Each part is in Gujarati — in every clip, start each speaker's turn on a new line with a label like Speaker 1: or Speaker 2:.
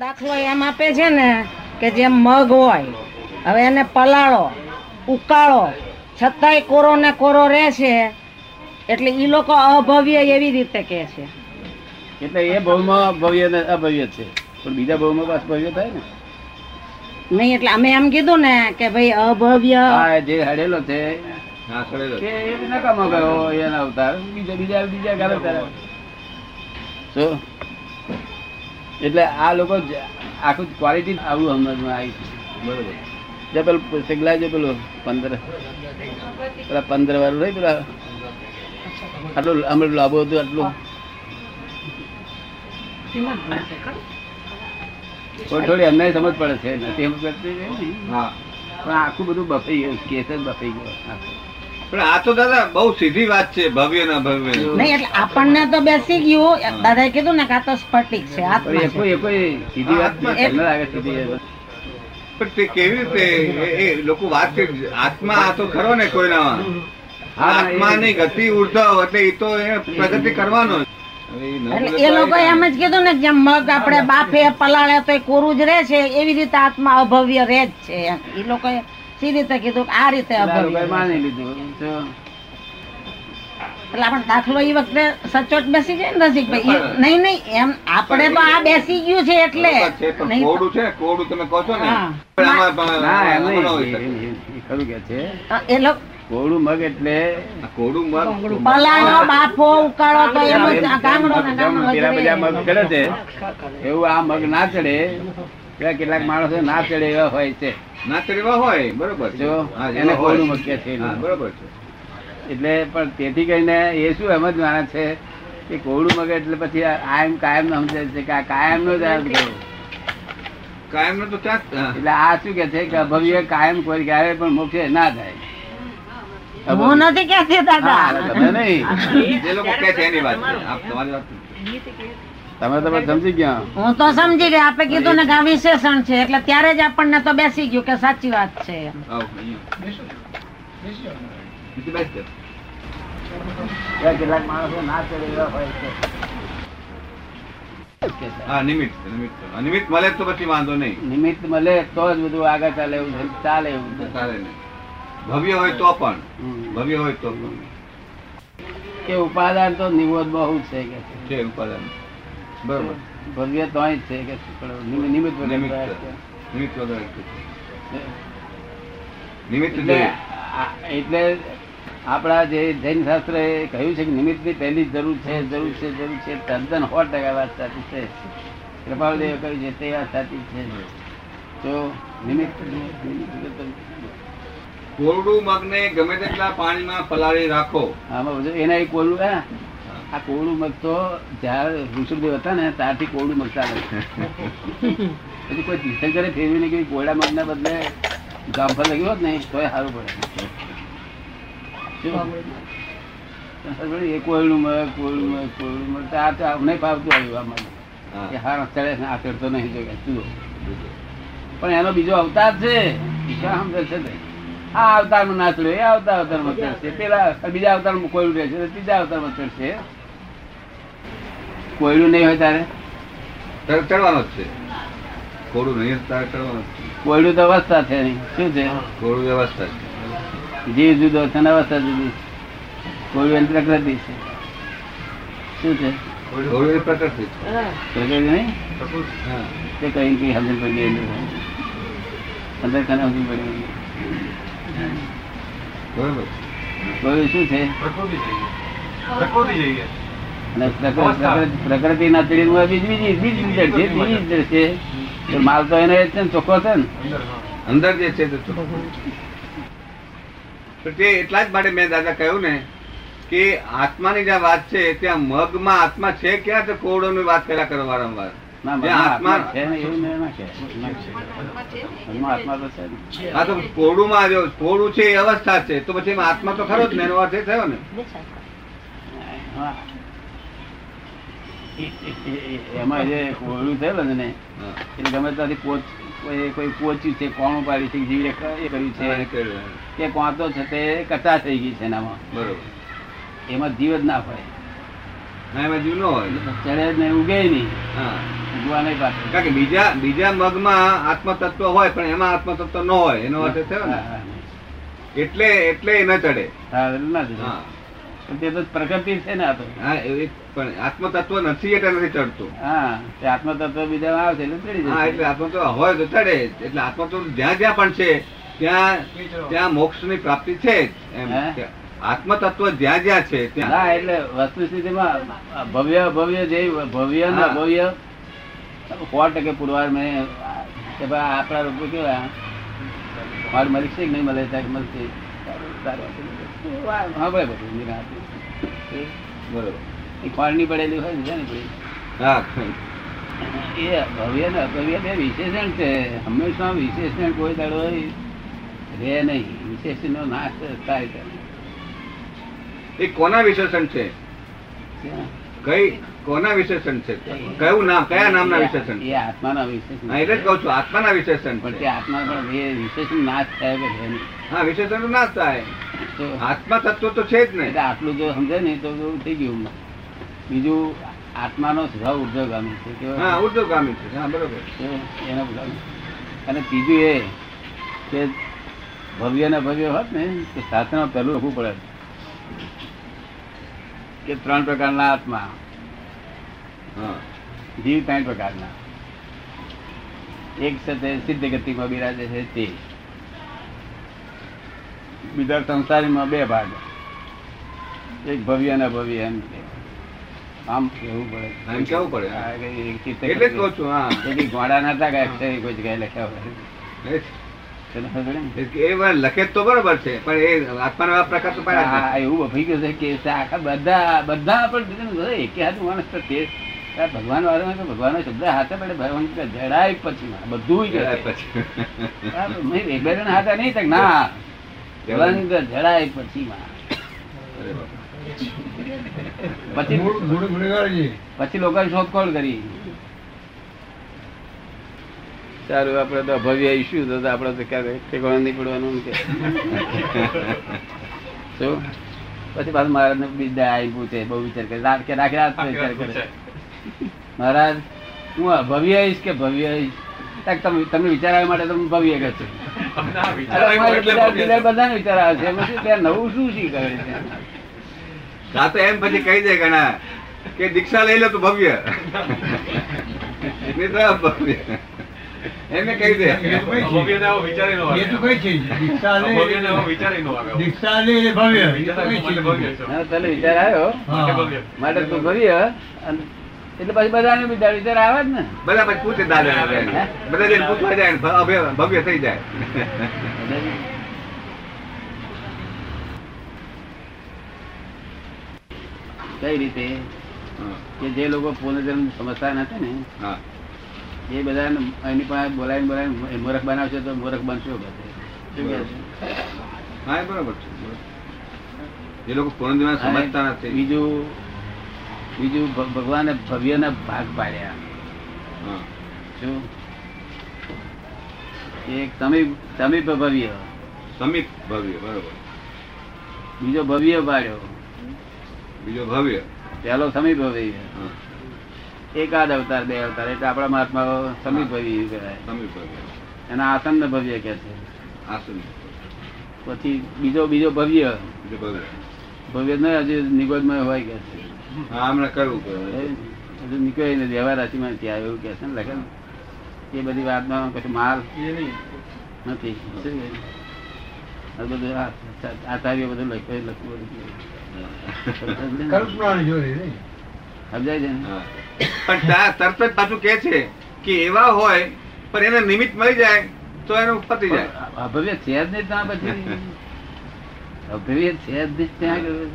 Speaker 1: દાખલો એમ આપે છે ને કે જે મગ હોય હવે એને પલાળો ઉકાળો છતાંય કોરો ને કોરો રહે છે એટલે ઈ લોકો અભવ્ય એવી રીતે કહે છે
Speaker 2: એટલે એ ભાવમાં ભવ્ય ને અભવ્ય છે પણ બીજા ભાવમાં પાછું ભવ્ય થાય ને
Speaker 1: નહીં એટલે અમે એમ કીધું ને કે ભાઈ અભવ્ય
Speaker 2: હા જે હડેલો છે તે એ નકામો ગયો એના અવતાર બીજા બીજા બીજા ગાલે તારે. શું? એટલે આ લોકો જ- આખું ક્વોલિટી આવું સમજમાં આવી છે જે પેલું સિગલા જે પેલું પંદર પેલા પંદર વાળું નહીં પેલા આટલું આમ લાંબુ હતું આટલું થોડી થોડી અમને સમજ પડે છે નથી સમજ પડતી એ નહીં. પણ આખું બધું બફાઈ ગયું કેસ જ બફાઈ ગયો આખો.
Speaker 3: પણ આ તો દાદા બહુ સીધી વાત છે ભવ્ય ના ભવ્ય
Speaker 1: નહીં એટલે આપણને તો બેસી ગયું દાદાએ કીધું ને કે આ તો સ્ફટિક છે
Speaker 2: પણ
Speaker 1: આત્મા
Speaker 2: એકો
Speaker 1: છે.
Speaker 2: એકો એ સીધી વાત છે, તમને લાગે સીધી વાત.
Speaker 3: પણ તે કેવી રીતે એ- એ લોકો વાત કરી આત્મા આ તો ખરો ને કોઈના
Speaker 2: હા, એ-
Speaker 3: આત્માની ગતિ ઉર્ધવ એટલે એ તો એ પ્રગતિ કરવાનો જ.
Speaker 1: એટલે એ લોકો એમ જ કીધું ને કે જેમ મગ આપણે બાફે પલાળે તો કોરું જ રહે છે એવી રીતે આત્મા અભવ્ય રહે જ છે એમ. ઈ લોકોએ સી રીતે કીધું કે આ રીતે
Speaker 2: આ
Speaker 1: અભવ્ય
Speaker 2: લોકોએ
Speaker 1: રહે છે.
Speaker 2: માની લીધું તો
Speaker 1: એટલે આપણે દાખલો એ વખતે સચોટ બેસી જાય ને રસિકભાઈ એ- નહીં નહીં એમ આપણે તો આ બેસી ગયું છે એટલે
Speaker 3: બરોબર છે, પણ
Speaker 1: નહીં
Speaker 3: કોરડું છે ને, કોરડું તમે કહો છો ને
Speaker 1: હા.
Speaker 3: પણ આમાં પણ-
Speaker 2: ના એમ
Speaker 3: આમાં ન હોય
Speaker 2: નહીં
Speaker 3: શકે.
Speaker 2: એ- એ- એ ખરું કે છે
Speaker 1: તો એ લોકો
Speaker 2: કોળું મગ એટલે
Speaker 3: આ કોરડું મગ
Speaker 1: પલાળો બાફો ઉકાળો તો એમ જ આ ગામડો ને ગામડો
Speaker 2: જેમ
Speaker 1: જ
Speaker 2: પેલા
Speaker 1: રહે.
Speaker 2: બધા મગ ચડે છે એવું આ મગ ના ચડે પેલા કેટલાક માણસો ના ચડે એવા હોય છે
Speaker 3: ના કરવા હોય બરોબર છે
Speaker 2: જો,
Speaker 3: હા,
Speaker 2: એને
Speaker 3: એવા હોય.
Speaker 2: કોરડું મગ કહે છે.
Speaker 3: હા, બરોબર છે
Speaker 2: એટલે પણ તેથી કહીને એ શું એમ જ માને છે કે કોળું મગ એટલે પછી આ- આ એમ કાયમ સમજે છે કે આ કાયમ નો જ આ બધો.
Speaker 3: કાયમ તો ત્યાં જ- હા.
Speaker 2: એટલે આ શું કે છે કે અભવ્ય કાયમ કોઈ ક્યારે પણ મોક્ષે ના જાય
Speaker 1: હું નથી કહેતી દાદા
Speaker 2: હા, તમે નહીં
Speaker 3: જે લોકો કહે છે એની વાત છે. આપ તમારી વાત નથી.
Speaker 2: તમે તમે સમજી ગયા
Speaker 1: હું તો સમજી ગઈ આપણે કીધું ને કે આ વિશેષણ છે એટલે ત્યારે જ આપણને તો બેસી ગયું કે સાચી વાત છે એમ
Speaker 3: આવો, અહીંયા. બીજું બેસજો.
Speaker 2: કેટલાક માણસો ના ચડે એવા હોય છે
Speaker 3: હા, નિમિત્ત છે, નિમિત્ત છે. હા, નિમિત્ત મળે તો પછી વાંધો નહીં
Speaker 2: નિમિત્ત મળે તો જ બધું આગળ ચાલે એવું છે. ચાલે એવું છે.
Speaker 3: ચાલે નહીં. ભવ્ય હોય તો પણ
Speaker 2: હમ.
Speaker 3: ભવ્ય હોય તો પણ
Speaker 2: કે ઉપાદાન તો નિવોદ બહુ છે કે છે.
Speaker 3: છે ઉપાદાન બરોબર
Speaker 2: ભવ્ય તોય જ છે કે છે. પણ નિમિ- નિમિત્ત વગર
Speaker 3: નિમિત્ત
Speaker 2: તો
Speaker 3: છે. નિમિત્ત વગર એક જ છે.
Speaker 2: છે.
Speaker 3: નિમિત્ત
Speaker 2: એટલે
Speaker 3: જોઈએ.
Speaker 2: આ- એટલે આપણા જે જૈન શાસ્ત્ર એ કહ્યું છે કે નિમિત્તની પહેલી જરૂર છે જરૂર છે જરૂર છે તદ્દન સો ટકા વાત સાચી છે કૃપાળદેવે કહ્યું છે તે વાત સાચી છે તો નિમિત્ત નિમિત્ત વગર તો-
Speaker 3: કોરડું મગને ગમે તેટલા પાણીમાં પલાળી રાખો
Speaker 2: આમાં બધું એના એ કોળું હા આ કોળું મગ તો જ્યારે ઋષભદેવ હતા ને ત્યારથી કોળું મગ ચાલે છે. પછી કોઈ તીર્થંકરે ફેરવી ને કેવી કોળા મગના બદલે જામફળ લખ્યું હોત ને તોય સારું પડે શું? ખબર પડી? એ કોયડું મગ કોયડું મગ કોયડું મગ તો આ તો અમને ફાવતું આવ્યું આ મગ
Speaker 3: હા.
Speaker 2: કે હારા ચડે ને આ ચડતો નહીં જો કે જુઓ. પણ એનો બીજો અવતાર છે ક્યાં સમજે છે તે? આ અવતારમાં ના ચડ્યો એ આવતા અવતારમાં ચડશે પેલા બીજા અવતારમાં કોયડું રહેશે તો ત્રીજા અવતારમાં ચડશે કોયડું નહીં હોય તારે
Speaker 3: તર- તળવાનો જ છે કોરડું નહીં તારે તળવાનો જ છે.
Speaker 2: કોયડું તો અવસ્થા છે એની. શું છે
Speaker 3: કોરડું વ્યવસ્થા છે
Speaker 2: જીવ જુદો છે ને અવસ્થા જુદી છે. કોયડું એની પ્રકૃતિ છે શું છે
Speaker 3: કોરડું એ પ્રકૃતિ છે.
Speaker 2: પ્રકૃતિ નહીં
Speaker 3: હા.
Speaker 2: તે કઈ કઈ સમજણ પડી ગઈ અંદર. અંદર કને સમજણ પડી ગઈ.
Speaker 3: બરોબર
Speaker 2: કોયડું શું છે અને પ્રકૃ-
Speaker 4: અવસ્થા.
Speaker 2: પ્રકૃતિના તીરમાં બીજ બીજી બીજ નીચે છે, બીજી નીચે છે. તો માલ તો એનો એ જ છે ને ચોખ્ખો છે ને
Speaker 3: અંદર જે છે તે ચોખ્ખું છે. તો તે એટલા જ માટે મેં દાદા કહ્યું ને કે આત્માની જ્યાં વાત છે ત્યાં મગમાં આત્મા છે ક્યાં તો કોરડોની વાત પેલા કરો વારંવાર
Speaker 2: ના,
Speaker 3: જે
Speaker 2: મનમાં આત્મા
Speaker 3: આત્મા
Speaker 2: છે ને એવું ના કે. મનમાં આત્મા તો છે ને.
Speaker 3: આ તો કોરડુંમાં આવ્યો કોરડું છે એ અવસ્થા છે તો પછી એમાં આત્મા તો ખરો જ ને એનો અર્થ એ થયો ને
Speaker 2: હા. એમાં જે કોયડું થયેલું છે ને
Speaker 3: હા.
Speaker 2: એ ગમે ત્યાંથી પોચ કોઈ કોઈ પોચ્યું છે કોણ પાડ્યું છે જીવડે એ કર્યું
Speaker 3: હા, એ
Speaker 2: છે
Speaker 3: કર્યું.
Speaker 2: કે કોણ તો છે તે કચા થઈ ગઈ છે એનામાં
Speaker 3: બરોબર
Speaker 2: એમાં જીવ જ ના પડે
Speaker 3: હા, એમાં જીવ ન હોય
Speaker 2: ચડે જ નહીં ઉગે નહીં
Speaker 3: હા
Speaker 2: ઉગવા નહીં પાછું
Speaker 3: કારણ કે બીજા બીજા મગમાં આત્મતત્વ હોય પણ એમાં આત્મતત્વ ન હોય એનો અર્થ એ થયો ને
Speaker 2: હા, હા.
Speaker 3: એટલે એટલે એ ન ચડે
Speaker 2: હા, એટલે ના જુએ.
Speaker 3: હા
Speaker 2: પણ તે તો પ્રકૃતિ છે ને આ તો
Speaker 3: હા એ એક પણ આત્મતત્વ નથી એટલે નથી ચડતું
Speaker 2: હા તે આત્મતત્વ બીજા આવશે એટલે ચડી જશે.
Speaker 3: હા એટલે આત્મતત્વ હોય તો ચડે જ. એટલે આત્મતત્વ જ્યાં જ્યાં પણ છે ત્યાં ત્યાં મોક્ષની પ્રાપ્તિ છે જ એમ
Speaker 2: હે?
Speaker 3: કે આત્મતત્વ જ્યાં જ્યાં છે
Speaker 2: ના
Speaker 3: ત્યાં
Speaker 2: એટલે વસ્તુ સ્થિતિમાં ભવ્ય ભવ્ય જે ભવ્ય ને
Speaker 3: હા.
Speaker 2: ભવ્ય સો ટકે પુરવાર મેં કે ભાઈ આપણા લોકો કેવા ફળ મળી છે કે નહીં મળે ત્યાં મળશે સારું, સારું. વા- સાંભળે બધું નિરાંતે.
Speaker 3: બરોબર
Speaker 2: એ ફળની પડેલી હોય ને શેની પડી?
Speaker 3: હા
Speaker 2: એ ભવ્ય ને અભવ્ય બે વિશેષણ છે હંમેશા વિશેષણ કોઈ દાડો રે નહીં વિશેષણનો નાશ થાય છે.
Speaker 3: એ કોના વિશેષણ છે કઈ કોના વિશેષણ છે કયું નામ કયા નામના વિશેષણ
Speaker 2: એ આત્માના વિશેષણ
Speaker 3: હા, એટલે જ કહું છું આત્માના વિશેષણ
Speaker 2: પણ તે
Speaker 3: છે.
Speaker 2: આત્મા પણ એ વિશેષણ નાશ થાય કે છે નહીં.
Speaker 3: હા વિશેષણ તો ના થાય
Speaker 2: તો
Speaker 3: આત્મા તત્વ તો છે જ
Speaker 2: એટલે
Speaker 3: ને
Speaker 2: આટલું જો સમજે ને તો બધું થઈ ગયું બીજું આત્માનો સ્વભાવ ઉર્ધ્વગામી છે કેવો?
Speaker 3: હા ઉર્ધ્વગામી છે હા બરોબર
Speaker 2: તો એનો ઉર્ધ્વગામી. અને ત્રીજું એ કે ભવ્ય ને ભવ્ય હોત ને તો શાસ્ત્રમાં પહેલું લખવું પડે કે ત્રણ પ્રકારના આત્મા
Speaker 3: હા
Speaker 2: જીવ ત્રણ પ્રકારના એક સાથે સિદ્ધ ગતિમાં બિરાજે છે તે બીજા સંસારીમાં બે ભાગ એક ભવ્ય અને ભવ્ય એમ છે. આમ કહેવું પડે
Speaker 3: આમ કહેવું પડે.
Speaker 2: હા, એટલે એક ચિત્ત
Speaker 3: એટલે જ કહું છું હા
Speaker 2: તેથી ઘોડા નતા ગયા અક્ષરે કોઈ જગ્યાએ લખ્યા હોય
Speaker 3: એ જ.
Speaker 2: તને ખબર પડે ને?
Speaker 3: એ જ. એ વાર લખે તો બરોબર છે પણ એ આત્માનો આ પ્રકાર તો પાડ્યા
Speaker 2: હા, એવું ભફાઈ ગયું છે કે તે આખા બધા બધા પણ એકે હાથ માણસ તો તે આ ભગવાન વાળો તો ભગવાનનો શબ્દ હાથે પડે ભગવાન કે જડાય પછી બધું
Speaker 3: છે.
Speaker 2: જડાય
Speaker 3: ત્યાર પછી.
Speaker 2: હા, તો મેં બે જણા હતા નહીં તક ના રંગ જડાય પછી
Speaker 3: બરોબર.
Speaker 2: પછી પછી લોકોએ શોધખોળ કરી સારું આપણે તો અભવ્ય ઈશ્યુ તો આપણે તો ક્યારે ઠેકાણા નહીં પડવાનું કે શું પછી પાછું મહારાજને બીજા આવી પૂછે બહુ વિચાર કરે રાત કે રાખે રાત વિચાર કરે મહારાજ હું અભવ્ય આવીશ કે ભવ્ય આવીશ તાક તમે તમને વિચાર આવે માટે તમે ભવ્ય કહે છે બીજા- બીજા બધાને વિચાર આવે છે એમાં શું ત્યાં નવું શું શીખવે છે
Speaker 3: હા તો એમ પછી કહી દે ઘણા કે દીક્ષા લઈ લો તો ભવ્ય નહીં તો ભવ્ય એમને કહી દે
Speaker 2: ના, પેલો વિચાર આવ્યો માટે તું ભવ્ય અને એટલે પછી બધાને વિચાર વિચાર આવે જ ને
Speaker 3: બધા પછી પૂછે દાદા બધા જઈને પૂછવા જાય ને ભવ્ય- ભવ્ય થઈ જાય
Speaker 2: કઈ રીતે
Speaker 3: હા,
Speaker 2: કે જે લોકો પૂર્ણજન્મ સમજતા નથી ને
Speaker 3: હા
Speaker 2: એ બધા એની પાસે બોલાવીને બોલાવીને મૂરખ બનાવશે તો મૂરખ બનશો બધે શું કહે છે?
Speaker 3: હા એ બરોબર છે બરોબર. જે લોકો પૂર્ણ દિવસ સમજતા
Speaker 2: અને
Speaker 3: નથી
Speaker 2: બીજું બીજું ભ- ભગવાને ભવ્યના ભાગ પાડ્યા
Speaker 3: હા,
Speaker 2: શું એક સમીપ સમીપ ભવ્ય
Speaker 3: સમીપ ભવ્ય બરોબર
Speaker 2: બીજો ભવ્ય પાડ્યો
Speaker 3: બીજો ભવ્ય
Speaker 2: પહેલો સમીપ ભવ્ય
Speaker 3: હા,
Speaker 2: એકાદ અવતાર બે અવતાર એટલે આપણા મહાત્મા સમીપ ભવ્ય કહેવાય
Speaker 3: સમીપ ભવ્ય
Speaker 2: એને આસન્ન ભવ્ય કહે છે
Speaker 3: આસન
Speaker 2: પછી બીજો બીજો ભવ્ય
Speaker 3: બીજો ભવ્ય
Speaker 2: ભવ્ય ન હજુ નિગોદમય હોય કે છે
Speaker 3: હા હમણાં કરવું પડે
Speaker 2: હજુ નીકળે ને વ્યવહાર રાશિમાં ત્યાં એવું કે છે ને લખે ને. એ બધી વાતમાં કશું માલ નથી શું કહે? આ બધું આ- આચાર્ય બધું લખે લખવું બધું. સમજાય છે ને
Speaker 3: હા. પણ ત્યાં તરત જ પાછું કે છે કે એવા હોય પણ એને નિમિત્ત મળી જાય તો એનું પતી
Speaker 2: પણ
Speaker 3: જાય
Speaker 2: અભવ્ય છે જ નહીં ત્યાં પછી અભવ્ય છે જ નહીં ત્યાં આગળ.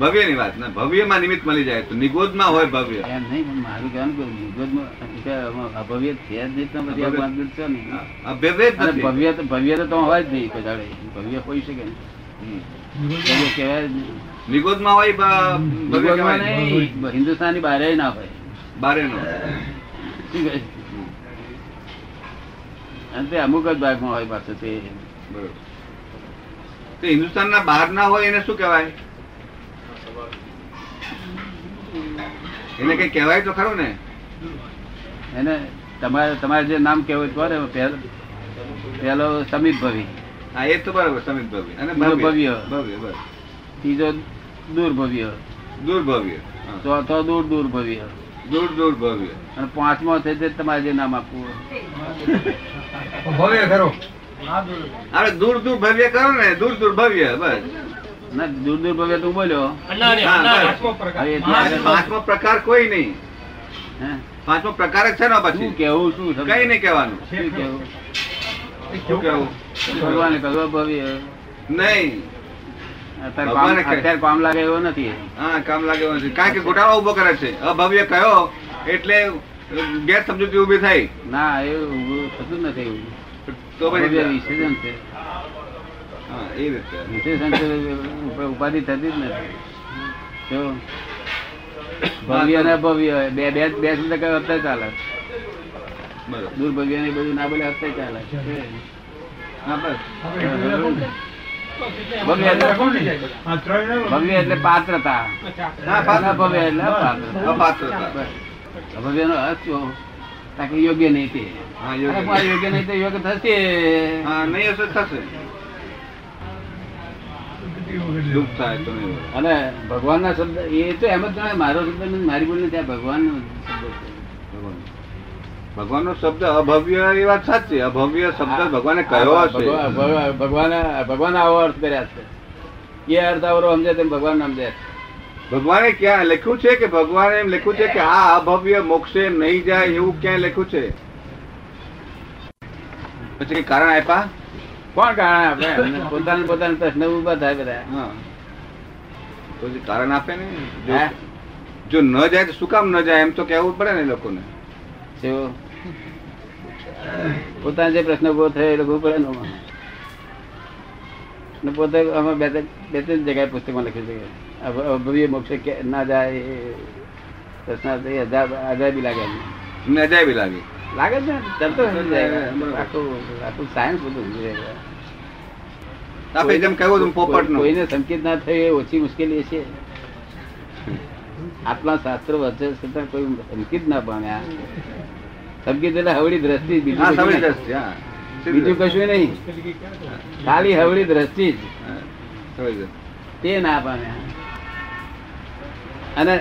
Speaker 3: ભવ્યની વાત ને ભવ્યમાં નિમિત્ત મળી જાય તો નિગોદમાં હોય ભવ્ય
Speaker 2: એમ નહીં પણ મારું કહેવાનું કે નિગોદમાં કે આમાં અભવ્ય છે જ નહીં ત્યાં પછી આ બાબત છે ને
Speaker 3: હા, અભવ્ય જ
Speaker 2: અને
Speaker 3: નથી.
Speaker 2: ભવ્ય તો ભવ્ય તો તમે હોય જ નહીં કોઈ દાડે. ભવ્ય હોય શકે નહીં.
Speaker 3: હમ.
Speaker 2: ભવ્ય કહેવાય જ નહીં.
Speaker 3: નિગોદમાં હોય બ- ભવ્ય
Speaker 2: ભગવાનમાં
Speaker 3: કહેવાય
Speaker 2: નહીં, હિન્દુસ્તાનની બહારે ના હોય
Speaker 3: બારેનો
Speaker 2: શું કહે?
Speaker 3: હમ.
Speaker 2: અને તે અમુક જ ભાગમાં હોય પાછું તે
Speaker 3: બરોબર તે હિન્દુસ્તાનના બહારના હોય એને શું કહેવાય એને કઈ કહેવાય તો ખરું ને
Speaker 2: એને તમારે તમારે જે નામ કેવું કહો ને પહેલો પહેલો સમીપ ભવી
Speaker 3: હા એ તો બરાબર સમિત ભવ્ય અને
Speaker 2: બીજો
Speaker 3: ભવ્ય
Speaker 2: ભવ્ય.
Speaker 3: ભવ્ય બસ
Speaker 2: ત્રીજો દૂર ભવ્ય
Speaker 3: દૂર ભવ્ય હા.
Speaker 2: ચોથો દૂર દૂર ભવ્ય
Speaker 3: દૂર દૂર ભવ્ય
Speaker 2: અને પાંચમો છે તે તમારે જે નામ આપવું હોય.
Speaker 3: ભવ્ય ખરો અરે દૂર દૂર ભવ્ય કરો ને દૂર દૂર ભવ્ય બસ
Speaker 2: ના દૂર દૂર ભવ્ય તું બોલ્યો
Speaker 3: હા, બસ.
Speaker 2: હવે એટલું
Speaker 3: પાંચ-
Speaker 2: આગળ-
Speaker 3: પાંચમો પ્રકાર કોઈ નહીં
Speaker 2: હે?
Speaker 3: પાંચમો પ્રકાર જ છે ને
Speaker 2: શું
Speaker 3: પછી
Speaker 2: કેવું શું
Speaker 3: કઈ નહીં કહેવાનું
Speaker 2: શું કેવું
Speaker 3: શું કહેવું
Speaker 2: ભગવાને કહ્યું ભવ્ય
Speaker 3: નહીં
Speaker 2: અત્યારે કામ
Speaker 3: ભગવાને કહે.
Speaker 2: અત્યારે કામ લાગે એવો નથી
Speaker 3: હા કામ લાગે એવું નથી. કારણ કે ગોટાળો ઉભો કરે છે અભવ્ય કયો એટલે ગેરસમજૂતી ઉભી થાય
Speaker 2: ના એવું ઊભું થતું નથી એવું
Speaker 3: તો
Speaker 2: ભવ્ય
Speaker 3: પછી
Speaker 2: વિસર્જન છે
Speaker 3: હા, એ રીતે
Speaker 2: વિશેષણ છે, ઉપ- ઉપાધિ થતી જ નથી જો ભવ્ય ને ભવ્ય બે બે બે શબ્દ કયો હપ્તે ચાલે
Speaker 3: બરોબર
Speaker 2: દૂર ભવ્ય ને એ બધું ના બોલે હપ્તે ચાલે
Speaker 3: હા બસ
Speaker 2: ભવ્ય એટલે- ભવ્ય એટલે પાત્રતા
Speaker 3: હા
Speaker 2: અને
Speaker 3: પાત્ર
Speaker 2: ભવ્ય એટલે અપાત્રતા.
Speaker 3: અપાત્રતા.
Speaker 2: બસ. ભવ્યનો અર્થ શું? તાકે યોગ્ય નહીં તે
Speaker 3: હા,
Speaker 2: અરે
Speaker 3: યોગ્ય.
Speaker 2: પણ આ યોગ્ય નહીં તે યોગ્ય થશે
Speaker 3: હા નહીં હશે તો થશે દુઃખ થાય તો નહીં હોય.
Speaker 2: અને ભગવાનના શબ્દ એ તો એમ જ ગણાય મારો શબ્દ નથી, મારી બોલ નથી, આ ભગવાનનો શબ્દ છે
Speaker 3: ભગવાન ભગવાનનો શબ્દ અભવ્ય એ વાત સાચી અભવ્ય શબ્દ ભગવાને કયો
Speaker 2: આ
Speaker 3: હશે
Speaker 2: ભગવાન- ભગવાન ભગવાને- ભગવાને આવો અર્થ કર્યા છે એ અર્થ આવરો સમજે તેમ ભગવાન સમજે
Speaker 3: ભગવાને ક્યાં લખ્યું છે કે ભગવાને એમ લખ્યું છે કે આ અભવ્ય મોક્ષે નહીં જાય એવું ક્યાં લખ્યું છે પછી કંઈ કારણ આપ્યા
Speaker 2: કોણ કારણ આપે એમને પોતાને પોતાને પ્રશ્ન ઉભા થાય બધા
Speaker 3: હા તો જે કારણ આપે ને જો-
Speaker 2: હે?
Speaker 3: જો ન જાય તો શું કામ ન જાય એમ તો કહેવું પડે ને એ લોકોને
Speaker 2: જો. પોતાને જે પ્રશ્ન ઉભો થયો એ લોકો પડે ને પોતે અમે બે ત્રણ બે ત્રણ જગ્યાએ પુસ્તકમાં લખ્યું છે કે અભ- અભવ્ય મોક્ષે કે ના જાય એ પ્રશ્ન એ અજા- અજાયબી લાગે એમને.
Speaker 3: એમને અજાયબી લાગી
Speaker 2: લાગે છે ને ચાલતો સમજી જાય.
Speaker 3: બરાબર.
Speaker 2: આખું આખું સાયન્સ બધું સમજી જાય.
Speaker 3: આપણે જેમ કહ્યું હતું પોપટનું
Speaker 2: કોઈને સંકેત ના થયો એ ઓછી મુશ્કેલી છે આટલા શાસ્ત્રો વચ્ચે છતાં કોઈ સંકેત ના પામ્યા સંકેત એટલે હવળી દ્રષ્ટિ બીજું
Speaker 3: હા
Speaker 2: કશું
Speaker 3: સમજી
Speaker 2: નહીં.
Speaker 3: જશે હા
Speaker 2: બીજું કશું નહીં ખાલી હવળી દ્રષ્ટિ જ
Speaker 3: હા, સમજી જશે.
Speaker 2: તે ના પામ્યા અને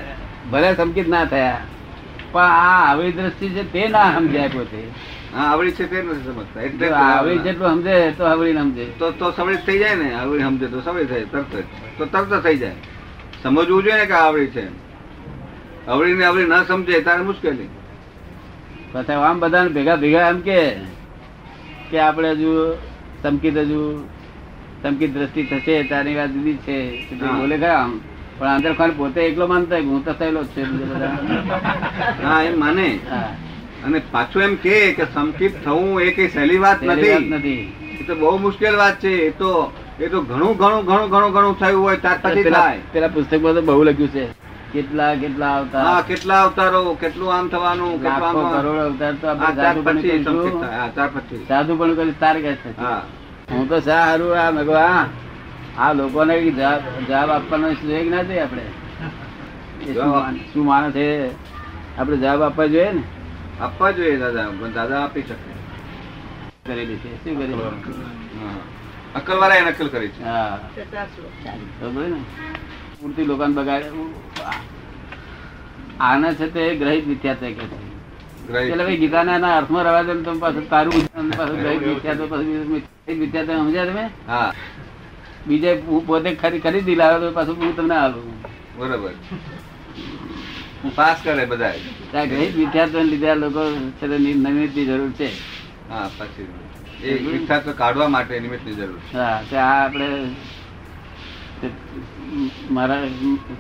Speaker 2: ભલે સંકેત ના થયા પણ આ હવળી દ્રષ્ટિ છે તે ના સમજાય પોતે
Speaker 3: હા આવડી છે તે નથી સમજતા એટલે
Speaker 2: જો આ હવળી જેટલું સમજે તો હવળી ને સમજે
Speaker 3: તો તો સમજ થઈ જાય ને આવડી સમજે તો સમજ થાય તરત જ તો તરત થઈ જાય સમજવું જોઈએ ને કે આવડી છે આવડી ને આવડી ના સમજે તારે મુશ્કેલી
Speaker 2: પછી આમ બધાને ભેગા ભેગા એમ કે કે આપણે હજુ સંકિત હજુ સંકિત દ્રષ્ટિ થશે તારી વાત જુદી છે કે તે
Speaker 3: હા.
Speaker 2: બોલે ખરા આમ પણ અંદર ખાન પોતે એકલો માનતો હોય કે હું તો થયેલો જ છું એમ બધા.
Speaker 3: હા એમ માને
Speaker 2: હા.
Speaker 3: અને પાછું એમ કે કે સંકિત થવું એ કઈ સહેલી વાત
Speaker 2: સહેલી વાત
Speaker 3: નથી
Speaker 2: નથી
Speaker 3: એ તો બહુ મુશ્કેલ વાત છે એ તો એ તો ઘણું ઘણું ઘણું ઘણું ઘણું થયું હોય ત્યાર પછી
Speaker 2: પેલા
Speaker 3: થાય
Speaker 2: પેલા પુસ્તકમાં તો બહુ લખ્યું છે કેટલા કેટલા
Speaker 3: હા
Speaker 2: અવતાર
Speaker 3: કેટલા અવતારો કેટલું આમ થવાનું કેટલું
Speaker 2: લાખો
Speaker 3: આમ
Speaker 2: કરોડ અવતાર તો આપણે
Speaker 3: હા, ત્યાર
Speaker 2: સાધુ પણ
Speaker 3: પછી સંકિત
Speaker 2: કરીશું
Speaker 3: થાય. હા, ત્યાર પછી.
Speaker 2: સાધુ પણ કરીશું તારે કહે છે
Speaker 3: હા.
Speaker 2: હું તો શા હારું આ મેં કહ્યું, હા આ લોકોને ઈ જવાબ જવાબ આપવાનો જોઈએ કે ના જોઈએ આપણે એ શું
Speaker 3: જવાબ.
Speaker 2: માન- શું માને છે આપણે જવાબ આપવા જોઈએ ને
Speaker 3: આપવા જોઈએ દાદા પણ દાદા આપી શકે
Speaker 2: કરેલી છે શું કરેલી
Speaker 3: હા. અક્કલવાળાએ નકલ કરી છે
Speaker 2: હા ખબર ને પૂરતી લોકોને બગાડે આને છે તે ગ્રહિત વિદ્યા તરીકે છે એટલે ભાઈ ગીતાના એના અર્થમાં રહેવા દે ને તમે પાછું તારું ઉદાહરણ પાછું ગ્રહિત વિદ્યા તો પછી બીજું ગ્રહિત વિદ્યા તમે સમજ્યા તમે
Speaker 3: હા
Speaker 2: બીજે હું પોતે ખરી ખરીદી લાવ્યો તો પાછું હું તમને આલું
Speaker 3: બરોબર પાસ કરે બધાય
Speaker 2: ત્યાં ગ્રહિત વિદ્યાર્થીઓને લીધે આ લોકો છે તે નિ- નિમિત્તની જરૂર છે
Speaker 3: હા પછી એ ઈચ્છા તો કાઢવા માટે નિમિત્તની જરૂર છે
Speaker 2: હા તે આ આપણે તે મારા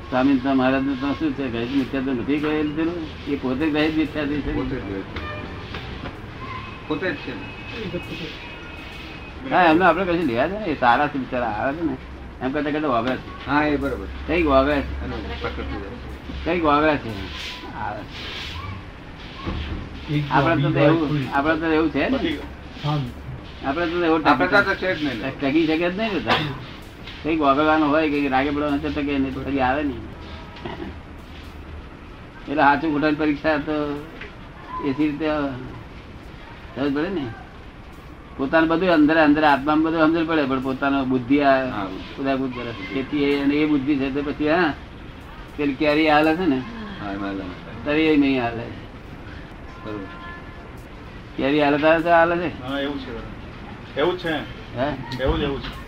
Speaker 2: સ્વામી તો મહારાજનું તો શું છે ગ્રહિત વિદ્યાર્થી નથી કહી લીધેલું એ પોતે ગ્રહિત વિદ્યાર્થી
Speaker 3: પોતે જ
Speaker 2: છે
Speaker 3: હોય છે. પોતે જ છે ને.
Speaker 2: હા એમને આપણે કશું લેવા છે ને એ સારા છે બિચારા આવે છે ને એમ કરતા કરતા વાવે છે
Speaker 3: હા એ બરોબર છે.
Speaker 2: કંઈક વાવે છે
Speaker 3: એનું પ્રકટ થઈ જાય છે.
Speaker 2: કંઈક વાવે છે આવે આપણે તો એવું આપણે તો એવું છે ને આપણે તો એવું
Speaker 3: આપણે ત્યાં તો છે જ નહીં ને.
Speaker 2: ટકી શકે જ નહીં બધા કંઈક વાગવાનું હોય કંઈક રાગે પડવાનું હશે તો કે નહીં તો ફરી આવે નહીં એટલે સાચું ખોટાની પરીક્ષા તો એથી રીતે સમજ પડે ને પોતાનું બધું અંદર અંદર આત્મામાં બધું સમજણ પડે પણ પોતાનો બુદ્ધિ આ
Speaker 3: હા, બુદ્ધિ.
Speaker 2: ખુદાકુદ કરે છે. તેથી એ- અને એ બુદ્ધિ છે તો પછી હા પેલી કેરી હાલે છે ને
Speaker 3: હા, એમાં એલાન થાય.
Speaker 2: તરી એ નહીં હાલે
Speaker 3: બરોબર.
Speaker 2: કેરી હાલે તારે તો હાલે છે
Speaker 4: હા એવું છે એવું જ છે
Speaker 2: હા
Speaker 4: એવું જ એવું છે